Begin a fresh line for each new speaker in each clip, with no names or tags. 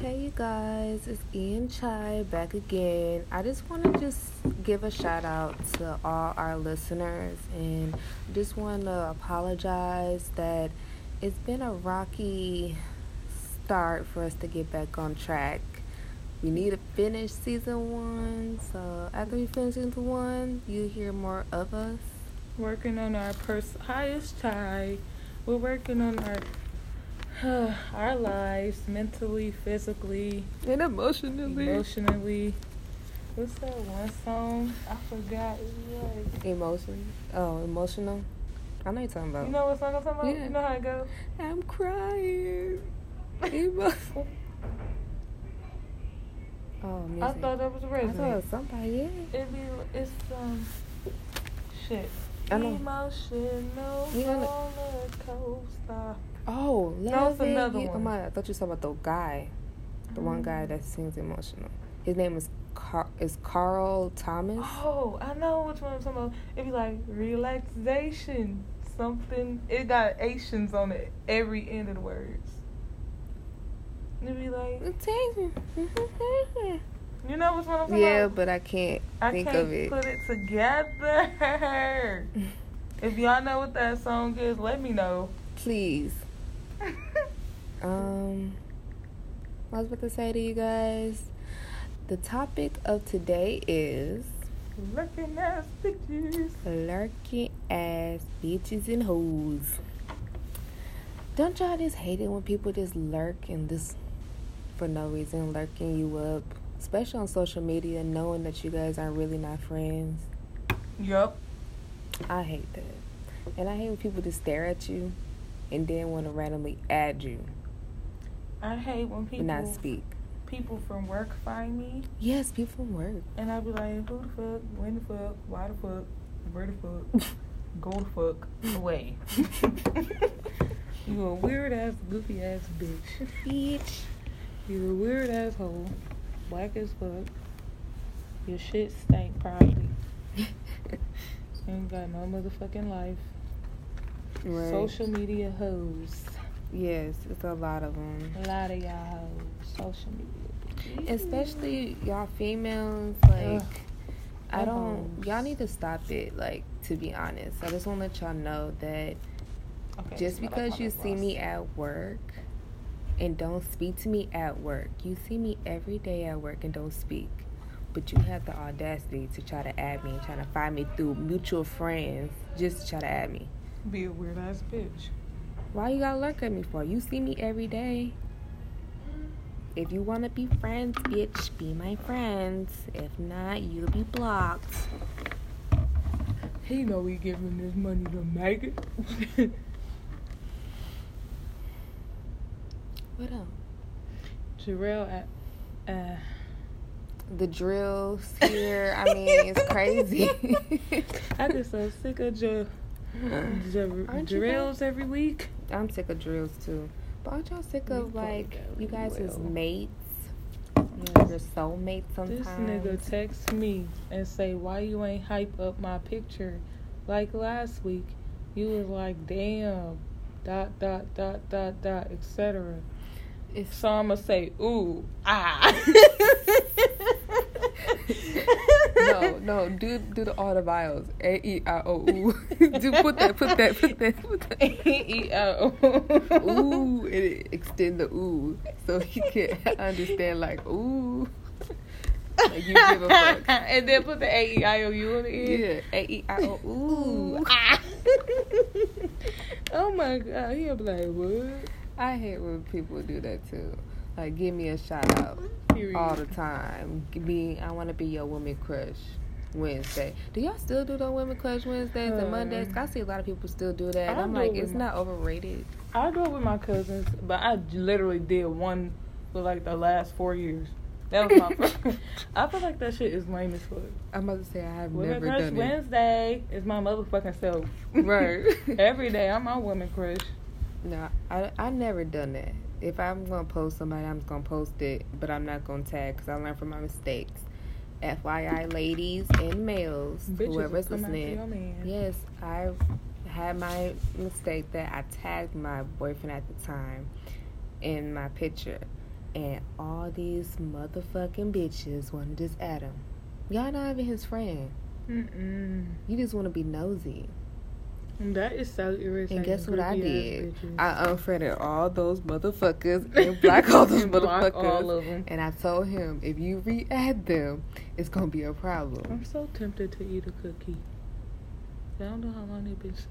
Hey you guys, it's Ian Chai back again. I just want to just give a shout out to all our listeners and just want to apologize that it's been a rocky start for us to get back on track. We need to finish season one, so after we finish season one, you hear more of us.
Working on our pers- highest tie. We're working on our our lives mentally, physically,
And emotionally,
emotionally. What's that one song? I forgot. It was like-
emotion, oh, emotional. I know you're talking about.
You know what song I'm talking about?
Yeah. Oh,
You know how it goes?
I'm crying. Emo- oh, music.
I thought that was
I
Resume.
thought it was somebody. Yeah.
It be, it's um shit.
I know.
Emotional
We gonna-
roller coaster.
oh,
No, it's
loving
another
you- Oh
one.
my! I thought you were talking about the guy, the one guy
Um,
that sings emotional. His name is Car- is Carl Thomas.
Oh, I know which one I'm talking about. It'd be like relaxation, something. It got ations on it every end of the words. It'd be like, you know which one I'm talking
yeah,
about?
but I can't
I
think
can't
of it.
put it together. if y'all know what that song is, let me know.
Please. Um, I was about to say to you guys, the topic of today is.
Looking at pictures.
lurking ass bitches and hoes. Don't y'all just hate it when people just lurk and just for no reason lurking you up, especially on social media, knowing that you guys are really not friends.
Yup.
I hate that, and I hate when people just stare at you and then want to randomly add you
I hate when
but not
people
speak.
people from work find me
Yes, people work.
and I be like, who the fuck, when the fuck, why the fuck, where the fuck, go the fuck away. you a weird ass, goofy ass bitch.
Bitch.
You a weird asshole. Black as fuck. Your shit stank probably. Ain't got no motherfucking life.
Right.
Social media hoes.
Yes, it's a lot of them.
A lot of y'all hoes. Social media. bitches.
especially y'all females like
Ugh.
i
Ugh.
don't y'all need to stop it like to be honest i just want to let y'all know that
Okay,
just
smell like
because you
my
see
boss.
me at work and don't speak to me at work you see me every day at work and don't speak but you have the audacity to try to add me and try to find me through mutual friends just to try to add me
Be a weird ass bitch.
why you gotta lurk at me for you see me every day If you want to be friends, bitch, be my friends. If not, you'll be blocked.
He know we giving this money to Megan.
What else?
Jarrell, uh, uh,
The drills here, I mean, it's crazy.
I get so sick of Jar Jar-
Aren't you
Jarrells every week.
I'm sick of drills too. But aren't y'all sick
We
of
probably
like
got
you guys is
well.
mates?
Yes.
Your soulmates sometimes.
This nigga text me and say, "Why you ain't hype up my picture like last week?" You was like, "Damn." Dot dot dot dot dot etc.
It's
So I'ma say, ooh, ah.
no, no, do do the all the vowels. A E I O U. do put that, put that, put that, put that.
E E-O.
ooh, and extend the ooh so he can understand like ooh. Like you give a fuck.
and then put the A E I O U on the end.
Yeah, A E I O ooh.
Ah. oh my god, he'll be like, what?
I hate when people do that too. Like give me a shout out
Period.
all the time. Be I want to be your woman crush. Wednesday. Do y'all still do the women crush Wednesdays and
Um,
Mondays? 'Cause I see a lot of people still do that. And
I
I'm
do
like,
it with
it's
my-
not overrated.
I do it with my cousins, but I literally did one for like the last four years. That was my first. I feel like that shit is lame as fuck.
I'm about to say I have
Women
never
Crush
done it.
Wednesday is my motherfucking self.
Right.
Every day I'm my Women Crush.
No, I I never done that. If I'm gonna post somebody, I'm just gonna post it, but I'm not gonna tag because I learned from my mistakes. FYI, ladies and males,
Bitches will
whoever's
come after your
listening,
man.
yes, I had my mistake that I tagged my boyfriend at the time in my picture, And all these motherfucking bitches want to just add him. Y'all not even his friend.
Mm-mm.
You just want to be nosy.
That is so irritating.
And guess what I
Creepy-ass
did?
bitches.
I unfriended all those motherfuckers and blocked all those
And
motherfuckers.
block all of 'em.
And I told him, if you re-add them, it's gonna be a problem.
I'm so tempted to eat a cookie. I don't know how long they've been sitting.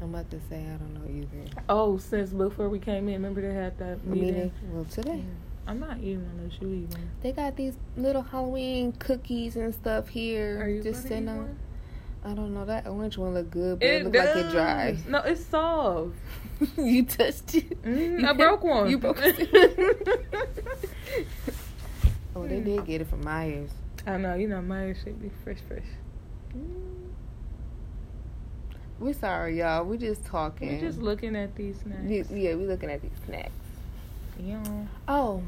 I'm about to say I don't know either.
Oh, since before we came in, remember they had that meeting?
Meeting. Well, today
I'm not eating unless you eat one.
they got these little Halloween cookies and stuff here.
Are you
Just
gonna eat
sitting on.
one?
I don't know. That orange one look good, but it, look like it dry.
does. No, it's soft.
you touched it.
Mm,
You
I broke one.
You broke it. oh, they did get it from Myers.
I know, you know, mine should be fresh, fresh.
We're sorry, y'all. We're just talking.
We're just looking at these now.
Y- Yeah, we're looking at these snacks.
Yeah.
Oh,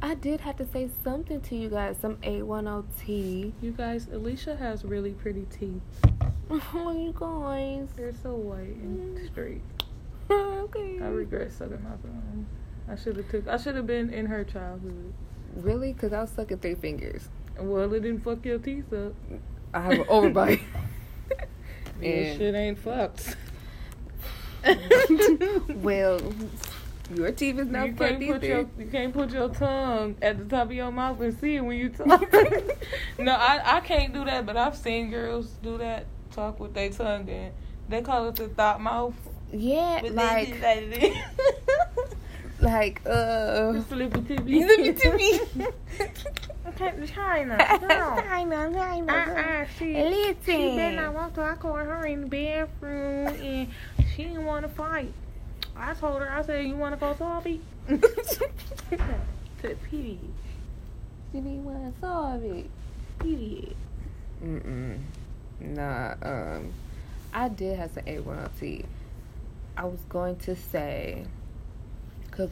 I did have to say something to you guys. Some 810T.
You guys, Alicia has really pretty teeth.
Oh, you guys.
They're so white and straight.
okay.
I regret sucking my thumb. I should have took. I should have been in her childhood.
Really? Because I was sucking three fingers.
Well, it didn't fuck your teeth up.
I have an overbite.
Your
And-
shit ain't fucked.
well, your teeth is not
you
fucked
can't put your
either.
you can't put your tongue at the top of your mouth and see it when you talk. no, I I can't do that, but I've seen girls do that. Talk with their tongue and they call it the thought mouth.
Yeah,
But
like,
they do like
like, uh.
this. Slippery tippy.
Give it to me.
Okay, China.
China, China.
Uh-uh, she,
Listen.
she better not want to. I called her in the bathroom and she didn't want to fight. I told her, I said, you want to go salty? To period.
You need one sorry.
Period.
Mm-mm. Nah, um, I did have some A1LT. I was going to say,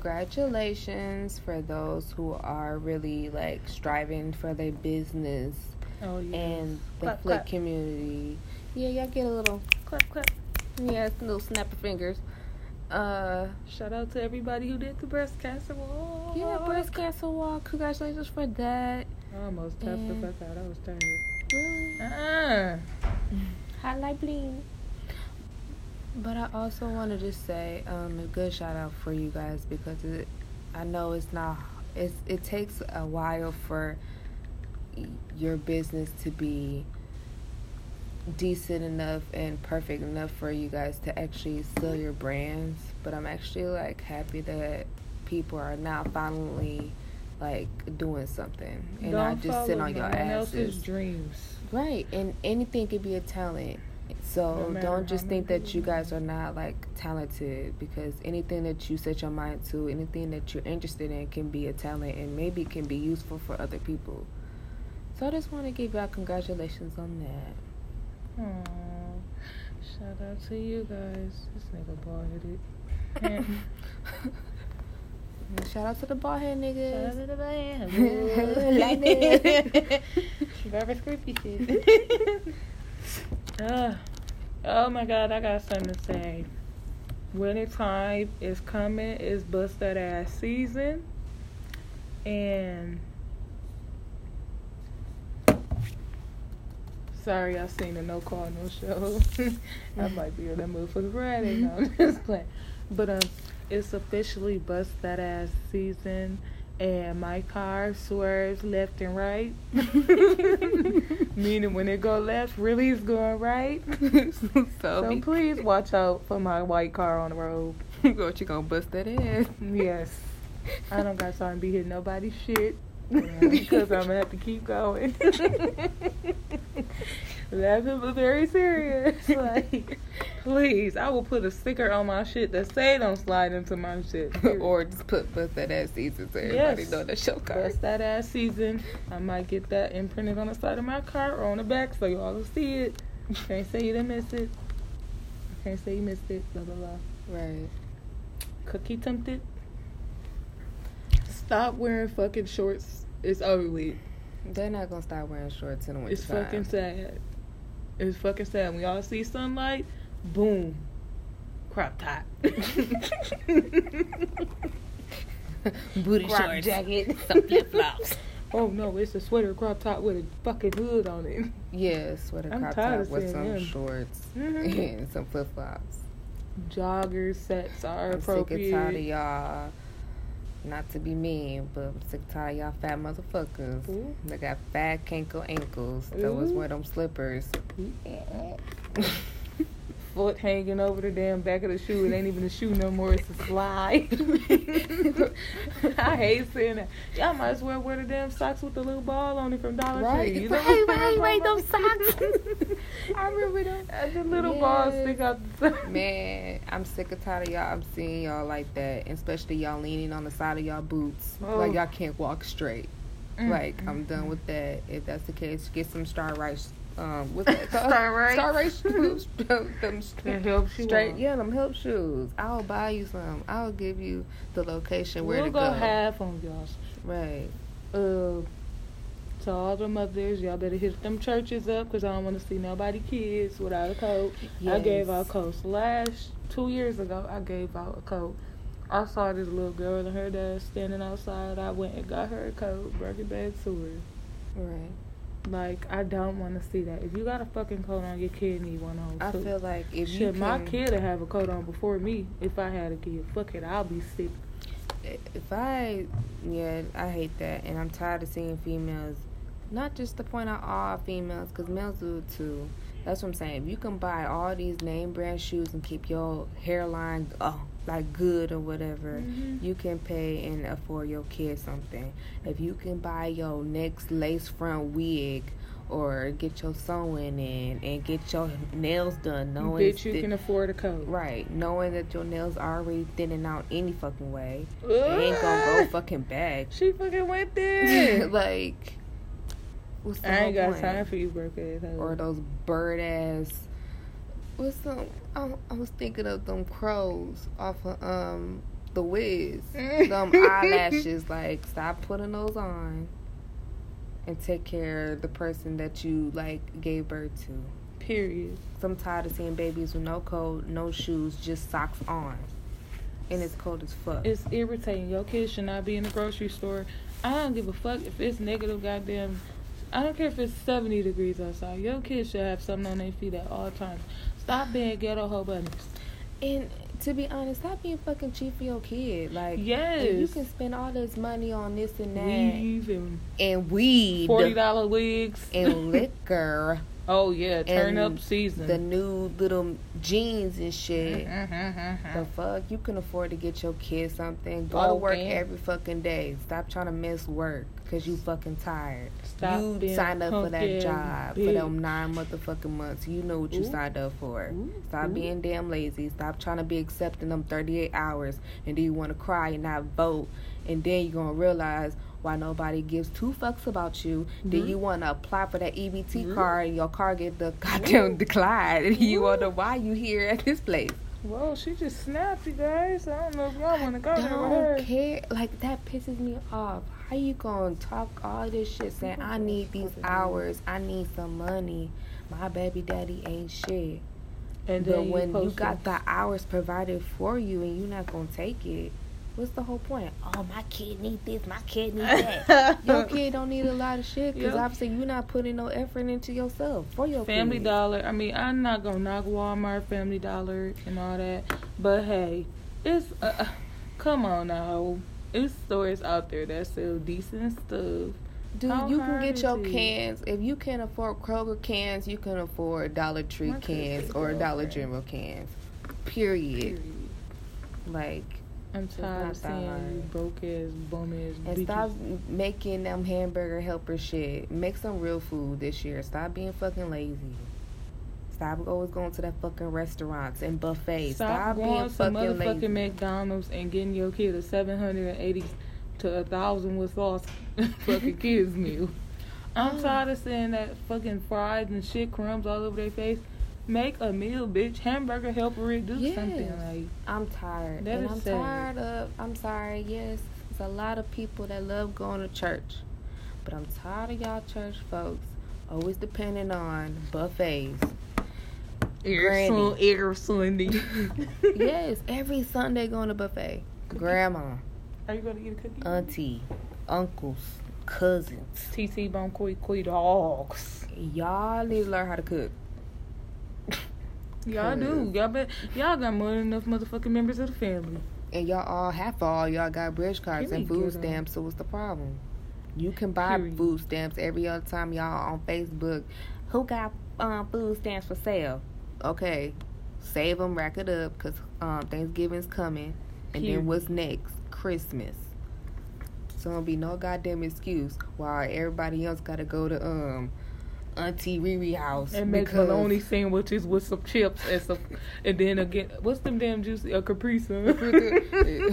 congratulations for those who are really like striving for their business
Oh, yeah.
and the
Clap,
flick
clap.
community. Yeah, y'all get a little,
clap, clap.
yeah, it's a little snap of fingers. Uh,
Shout out to everybody who did the breast cancer walk.
Oh, yeah, breast cancer walk. Congratulations for that.
I almost tapped
Mm.
the fuck out. I was tired.
Really.
Uh-uh.
Highlight bling. But I also wanted to say um, a good shout out for you guys because it, I know it's not it's it takes a while for y- your business to be decent enough and perfect enough for you guys to actually sell your brands. But I'm actually like happy that people are now finally like doing something and not just sit
follow
on your
someone
asses.
else's dreams.
Right, and anything could be a talent.
No
So
matter
don't just
how
think
many
that you
people.
guys are not like talented because anything that you set your mind to, anything that you're interested in can be a talent and maybe can be useful for other people. So I just want to give y'all congratulations on that.
Aw, shout out to you guys. This nigga bald headed. Yeah.
Shout out to the bald head
Shout out
niggas.
to the band.
Like that.
Barbara's creepy shit. uh, oh my god, I got something to say. Winter time is coming. It's bust that ass season, and sorry, I seen a no call no show. I might be in that mood for the Friday. No, I'm just playing. But um, it's officially bust that ass season, and my car swerves left and right. Meaning when it go left, really it's going right.
so
So
be-
please watch out for my white car on the road.
what you gonna bust that ass?
Yes. I don't got time to be hitting nobody's shit
Yeah.
because I'm gonna have to keep going. Laughing but very serious. Like, please, I will put a sticker on my shit that say "Don't slide into my shit."
or just put bust that ass season so everybody
Yes.
know that show card.
That's that ass season. I might get that imprinted on the side of my car or on the back so y'all will see it. Can't say you didn't miss it. Can't say you missed it. Blah blah blah.
Right.
Cookie tempted. Stop wearing fucking shorts. It's ugly.
They're not gonna stop wearing shorts in the winter
It's fucking sad. It's fucking sad. When y'all see sunlight, boom, crop top.
booty
Crop
shorts,
jacket.
some flip flops.
Oh no, it's a sweater crop top with a fucking hood on it.
Yeah, sweater
I'm
crop
tired
top
of
with
seeing
some
them.
shorts
Mhm.
and some flip flops.
Jogger sets are
I'm sick and
appropriate.
tired of y'all. Not to be mean, but I'm sick and tired of y'all fat motherfuckers.
Ooh.
They got fat canko ankles. That was
Ooh.
one of them slippers.
Foot hanging over the damn back of the shoe. It ain't even a shoe no more. It's a slide. I hate seeing that. Y'all might as well wear the damn socks with the little ball on it from Dollar
Right,
Tree. You know
right,
what I'm
right, right,
talking
those socks.
about? I remember them. Uh, The little balls
Yes.
stick out the side.
Man, I'm sick and tired of y'all. I'm seeing y'all like that, and especially y'all leaning on the side of y'all boots,
Oh.
like y'all can't walk straight.
Mm.
Like I'm done with that. If that's the case, get some star rice. Um, what's that? called?
Star Rice.
Star rice boots. them
That
straight.
helps you
Straight,
out.
yeah, them help shoes. I'll buy you some. I'll give you the location where
We'll
to
go
go.
half on y'all.
right.
Uh, to all the mothers, y'all better hit them churches up because I don't want to see nobody kids without a coat. I gave out coats last two years ago. I gave out a coat. I saw this little girl and her dad standing outside. I went and got her a coat, brought it back to her.
Right.
Like I don't want to see that. If you got a fucking coat on, your kid need one on
I
too.
feel like if you
Shit,
can,
my kid would have a coat on before me. If I had a kid, fuck it, I'll be sick.
if I, yeah, I hate that, and I'm tired of seeing females. Not just to point out all females, because males do it too. That's what I'm saying. If you can buy all these name brand shoes and keep your hairline, oh, like good or whatever, you can pay and afford your kid something. If you can buy your next lace front wig. Or get your sewing in and get your nails done. Knowing
Bitch, you
that-
can afford a coat.
right, knowing that your nails are already thinning out any fucking way. It ain't gonna go fucking back.
She fucking went there.
like, what's the
I ain't
whole
got time
point?
for you, broke ass. hoe.
Or those bird ass. What's some? I, I was thinking of them crows off of um the Wiz. them eyelashes. Like, stop putting those on. And take care of the person that you like gave birth to.
Period.
'Cause I'm tired of seeing babies with no coat, no shoes, just socks on, and it's cold as fuck.
It's irritating. Your kids should not be in the grocery store. I don't give a fuck if it's negative, goddamn. I don't care if it's 70 degrees outside. Your kids should have something on their feet at all times. Stop being ghetto hoe bunnies.
And to be honest, stop being fucking cheap for your kid. Like,
Yes.
if you can spend all this money on this and that,
Weave and
and weed,
$40 wigs.
and liquor,
oh, yeah. Turn
and
up season.
the new little jeans and shit. The
Mhm.
fuck, you can afford to get your kid something. Go
Oh,
to work
damn.
every fucking day. Stop trying to miss work because you fucking tired.
Stop
you
being
signed up for
punk
that
ass
job for
bitch.
them nine motherfucking months. You know what you
Ooh.
signed up for.
Ooh,
Stop
ooh.
being damn lazy. Stop trying to be accepting them 38 hours. And then you want to cry and not vote. And then you're going to realize why nobody gives two fucks about you.
Mm-hmm.
Then you want to apply for that EBT card and your card get the goddamn declined. And you wonder why you here at this place.
Whoa, she just snapped, you guys. I don't know if y'all want to go there with her.
Don't care. Like, that pisses me off. How you going to talk all this shit saying, I need these hours. I need some money. My baby daddy ain't shit.
And
but
then you
when you
posted-
got the hours provided for you and you're not gonna take it, what's the whole point? Oh, my kid need this, my kid need that. your kid don't need a lot of shit because
Yep.
obviously you're not putting no effort into yourself for your
Family
kid.
Dollar. I mean, I'm not gonna knock Walmart, Family Dollar, and all that, but hey, it's uh, uh, come on now. It's stores out there that sell decent stuff.
Dude,
How
you can
hard
get
is
your
it?
cans. If you can't afford Kroger cans, you can afford Dollar Tree
My kid's
cans
a
or Dollar
girlfriend.
General cans. Period.
Period.
Like,
I'm tired of
not that
seeing you broke ass, bum ass,
and
bitches.
stop making them hamburger helper shit. Make some real food this year. Stop being fucking lazy. Stop always going to that fucking restaurants and buffets.
Stop
Stop,
going
being
to
fucking
motherfucking
lazy.
McDonald's and getting your kid a 780 to a thousand with sauce fucking kids meal. I'm
Oh.
tired of seeing that fucking fries and shit crumbs all over their face. Make a meal, bitch. Hamburger helper it. Do
Yes.
something like
I'm tired.
That
and
is
I'm
sad.
tired of I'm sorry, yes. There's a lot of people that love going to church. But I'm tired of y'all church folks always depending on buffets. Granny.
Sun- air Sunday.
yes, every Sunday going to buffet. Grandma.
Are you going to eat a cookie?
auntie, uncles, cousins.
TT Bone Koi Koi Dogs.
Y'all need to learn how to cook.
Y'all do. Y'all been, y'all got more than enough motherfucking members of the family.
And y'all all half all y'all got bridge cards
Give me
and food
good
stamps, so what's the problem? You can buy
Period.
food stamps every other time y'all on Facebook. Who got um, food stamps for sale? Okay, save them, rack it up, cause um, Thanksgiving's coming, and
Period.
then what's next? Christmas. So don't be no goddamn excuse why everybody else gotta go to um Auntie Riri house
And make bologna sandwiches with some chips and some, and then again, what's them damn juicy? uh, A Capri Sun.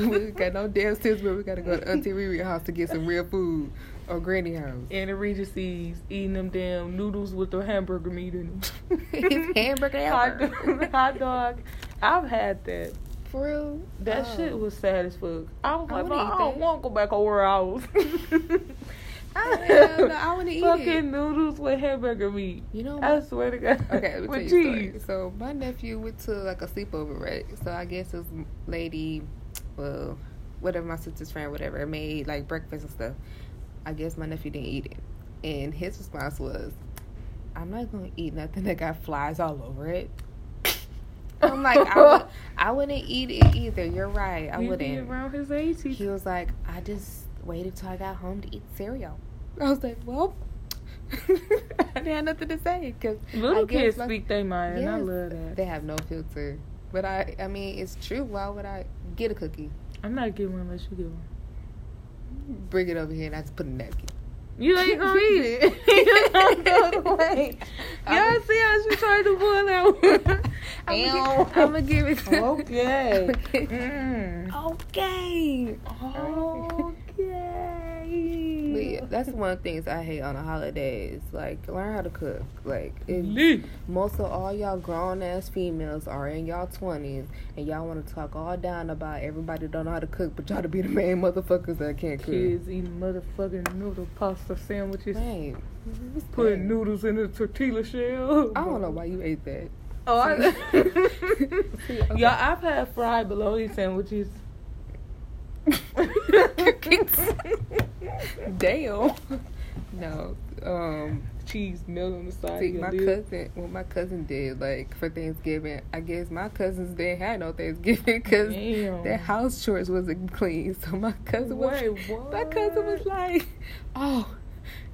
we got no damn sense, but we gotta go to Auntie Riri house to get some real food or Granny house.
and the Regencies eating them damn noodles with the hamburger meat in them.
it's hamburger
hot,
helper.
dog, hot dog. I've had that.
For real?
That
Oh.
shit was sad as fuck. I was
I
like,
wouldn't
"Well, I,
eat
don't
that."
want to go back over where I was.
Hell no, I wouldn't eat it.
Fucking noodles with hamburger meat.
You know,
I swear to God.
okay, let me
with
tell you a story.
cheese.
So my nephew went to like a sleepover, right? So I guess this lady, well, whatever my sister's friend, whatever, made like breakfast and stuff. I guess my nephew didn't eat it, and his response was, "I'm not gonna eat nothing that got flies all over it." I'm like, I, would, I wouldn't eat it either. You're right. I
You be
wouldn't.
around his age. he-
He was like, I just waited till I got home to eat cereal. I was like, well, I didn't have nothing to say because
Little
I guess
kids
my-
speak their mind. and I
Yes,
love that.
they have no filter. But I, I mean, it's true. Why would I get a cookie,
I'm not getting one unless you get one.
bring it over here, and I just put a napkin?
You ain't gonna eat it. you gonna throw it away.
I'm-
Y'all see how she tried to pull out.
Ow.
I'm gonna give it.
Okay.
Mm.
Okay. But
Okay.
yeah, that's one of the things I hate on the holidays. Like, learn how to cook. Like, it,
Lee.
Most of all y'all grown ass females are in y'all twenties, and y'all want to talk all down about everybody don't know how to cook, but y'all to be the main motherfuckers that can't cook.
Kids eating motherfucking noodle pasta sandwiches.
Right.
Putting
Right.
noodles in a tortilla shell.
I don't know why you ate that.
Oh, I-
See, okay.
Y'all, I've had fried bologna sandwiches.
Damn. No. Um.
Cheese melt on the side.
See,
of your
my
lip.
cousin, what my cousin did, like for Thanksgiving, I guess my cousins didn't have no Thanksgiving because
Damn.
their house chores wasn't clean. So my cousin was
Wait, what?
My cousin was like, "Oh,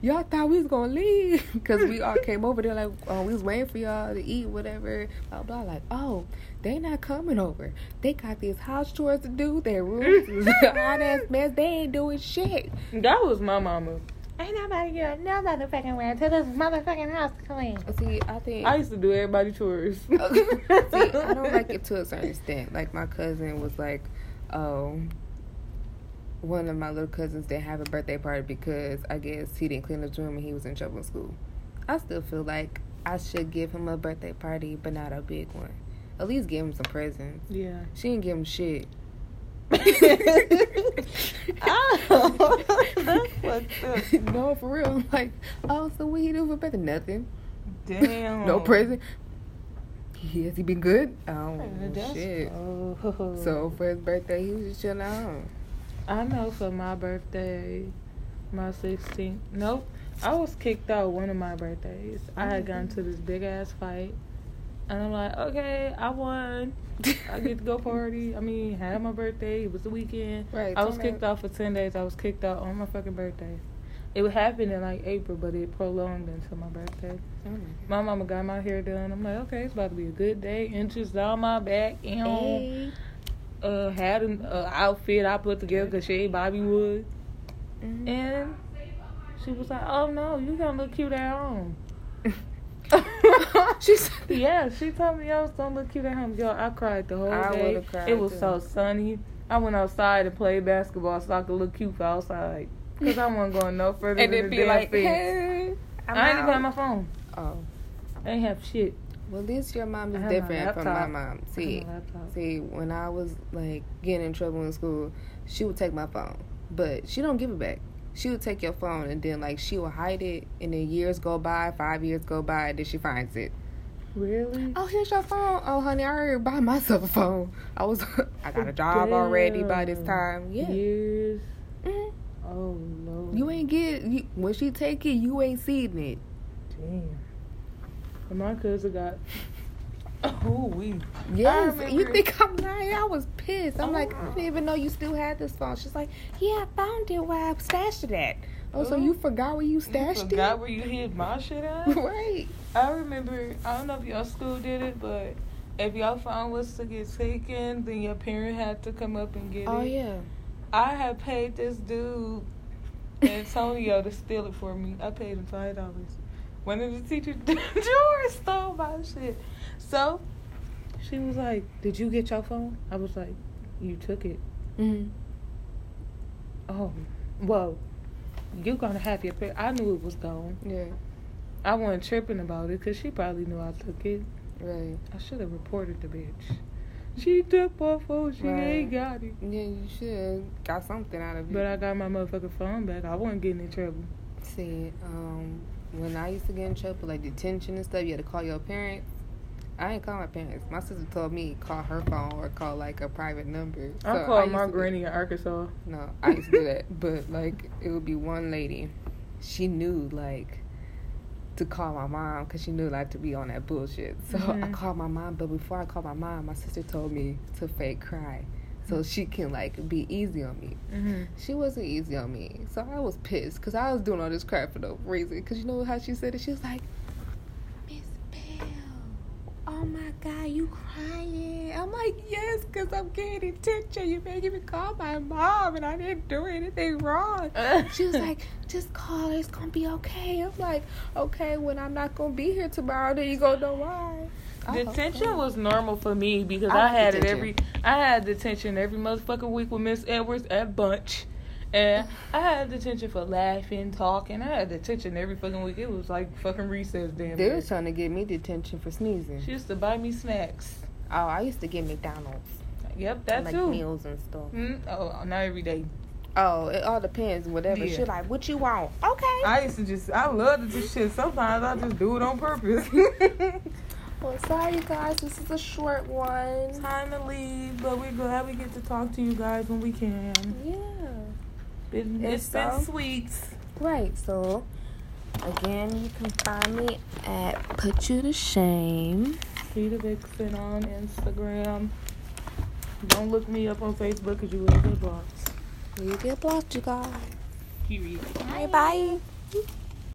y'all thought we was gonna leave because we all came over there like uh, we was waiting for y'all to eat whatever." Blah blah. Like, oh, they not coming over. They got these house chores to do. Their rooms is a hot ass mess. They ain't doing shit.
That was my mama.
Ain't nobody get no motherfucking way to this motherfucking house clean.
See, I think.
I used to do everybody chores.
See, I don't like it to a certain extent. Like my cousin was like, um, one of my little cousins didn't have a birthday party because I guess he didn't clean his room and he was in trouble in school. I still feel like I should give him a birthday party, but not a big one. At least give him some presents.
Yeah.
She didn't give him shit.
Oh, that's fucked up.
no, for real. I'm like, oh, so what he do for birthday? Nothing.
Damn.
no present. He- Has he been good? Oh
That's-
shit.
oh.
So for his birthday, he was just chilling at home.
I know for my birthday, my 16th. Nope. I was kicked out one of my birthdays. I had gotten to this big ass fight. And I'm like, okay, I won. I get to go party. I mean, had my birthday. It was the weekend.
Right,
I was
turn
kicked out for 10 days. I was kicked out on my fucking birthday. It happened in like April, but it prolonged until my birthday. My mama got my hair done. I'm like, okay, it's about to be a good day. Inches down my back. And
Hey.
uh, had an uh, outfit I put together because she ate Bobby Wood. And she was like, oh no, you gonna look cute at home.
she said,
Yeah, she told me I was gonna look cute at home. Yo, I cried the whole
I
day.
would've cried,
it was
too.
so sunny. I went outside and played basketball so I could look cute for outside. Because I wasn't going no further
and
than
it'd
the
be
damn
like,
fence.
hey, I'm
I ain't even
out.
got my phone.
Oh,
I ain't have shit.
well, at least your mom
I
is
have my
different from my
laptop.
mom.
I
See,
had my laptop.
see, when I was like getting in trouble in school, she would take my phone, but she don't give it back. She would take your phone and then like she would hide it, and then years go by, five years go by, and then she finds it.
Really?
Oh, here's your phone. Oh, honey, I already bought myself a phone. I was, I got a job already by this
Damn.
time. Yeah.
Years.
Mhm.
Oh Lord.
You ain't get you, when she take it. You ain't seen it.
Damn. And my cousin got. Oh we.
Yes, you
remember.
think I'm lying? I was pissed. I'm like, I
Oh.
didn't even know you still had this phone. She's like, Yeah, I found it where I stashed it at. Oh, so
Ooh.
you forgot where you
Mm-hmm. You
stashed
forgot
it?
where you hid my shit at?
right.
I remember. I don't know if y'all school did it, but if y'all phone was to get taken, then your parent had to come up and get it.
Oh yeah.
I had paid this dude Antonio to steal it for me. I paid him five dollars. One of the teachers, George stole my shit. So she was like, "Did you get your phone?" I was like, "You took it."
Mhm.
Oh, well, you gonna have your. Pa- I knew it was gone.
Yeah.
I wasn't tripping about it because she probably knew I took it.
Right.
I should have reported the bitch. She took my phone. She
Right.
ain't got it.
Yeah, you should got something out of it.
But I got my motherfucking phone back. I wasn't getting in trouble.
See, um, when I used to get in trouble, like detention and stuff, you had to call your parents. I ain't call my parents. My sister told me call her phone or call like a private number.
I
So
called
used
my
to-
granny in Arkansas.
No, I used to do that, but like it would be one lady. She knew like to call my mom because she knew like to be on that bullshit. So I
Mhm.
called my mom, but before I called my mom, my sister told me to fake cry so she can like be easy on me.
Mm-hmm.
She wasn't easy on me, so I was pissed because I was doing all this crap for no reason. Because you know how she said it? She was like, Miss Bell, oh my God, you crying. I'm like, yes, because I'm getting attention. You making me call my mom, and I didn't do anything wrong. She was like, just call her, it's going to be okay. I'm like, okay, when I'm not going to be here tomorrow, then you going to know why. I was like,
Detention was normal for me because
Oh, I
I,
like
had it
detention.
every. I had detention every motherfucking week with Miss Edwards at bunch, and I had detention for laughing, talking. I had detention every fucking week. It was like fucking recess damn.
They
near.
was trying to get me detention for sneezing.
She used to buy me snacks.
Oh, I used to get McDonald's,
Yep, that
like
too.
meals and stuff.
Mm, oh, not every day.
Oh, it all depends. Whatever.
Yeah.
She like, what you want? Okay.
I used to just, I love to do shit. Sometimes I just do it on purpose.
well, sorry you guys, this is a short one.
Time to leave, but we're glad we get to talk to you guys when we can.
Yeah.
It,
It's
it's been
so-
sweet.
Right. So, again, you can find me at Put You to Shame.
See the Vixen on Instagram. Don't look me up on Facebook because you will get blocked.
You get blocked, you guys.
Period.
Bye bye.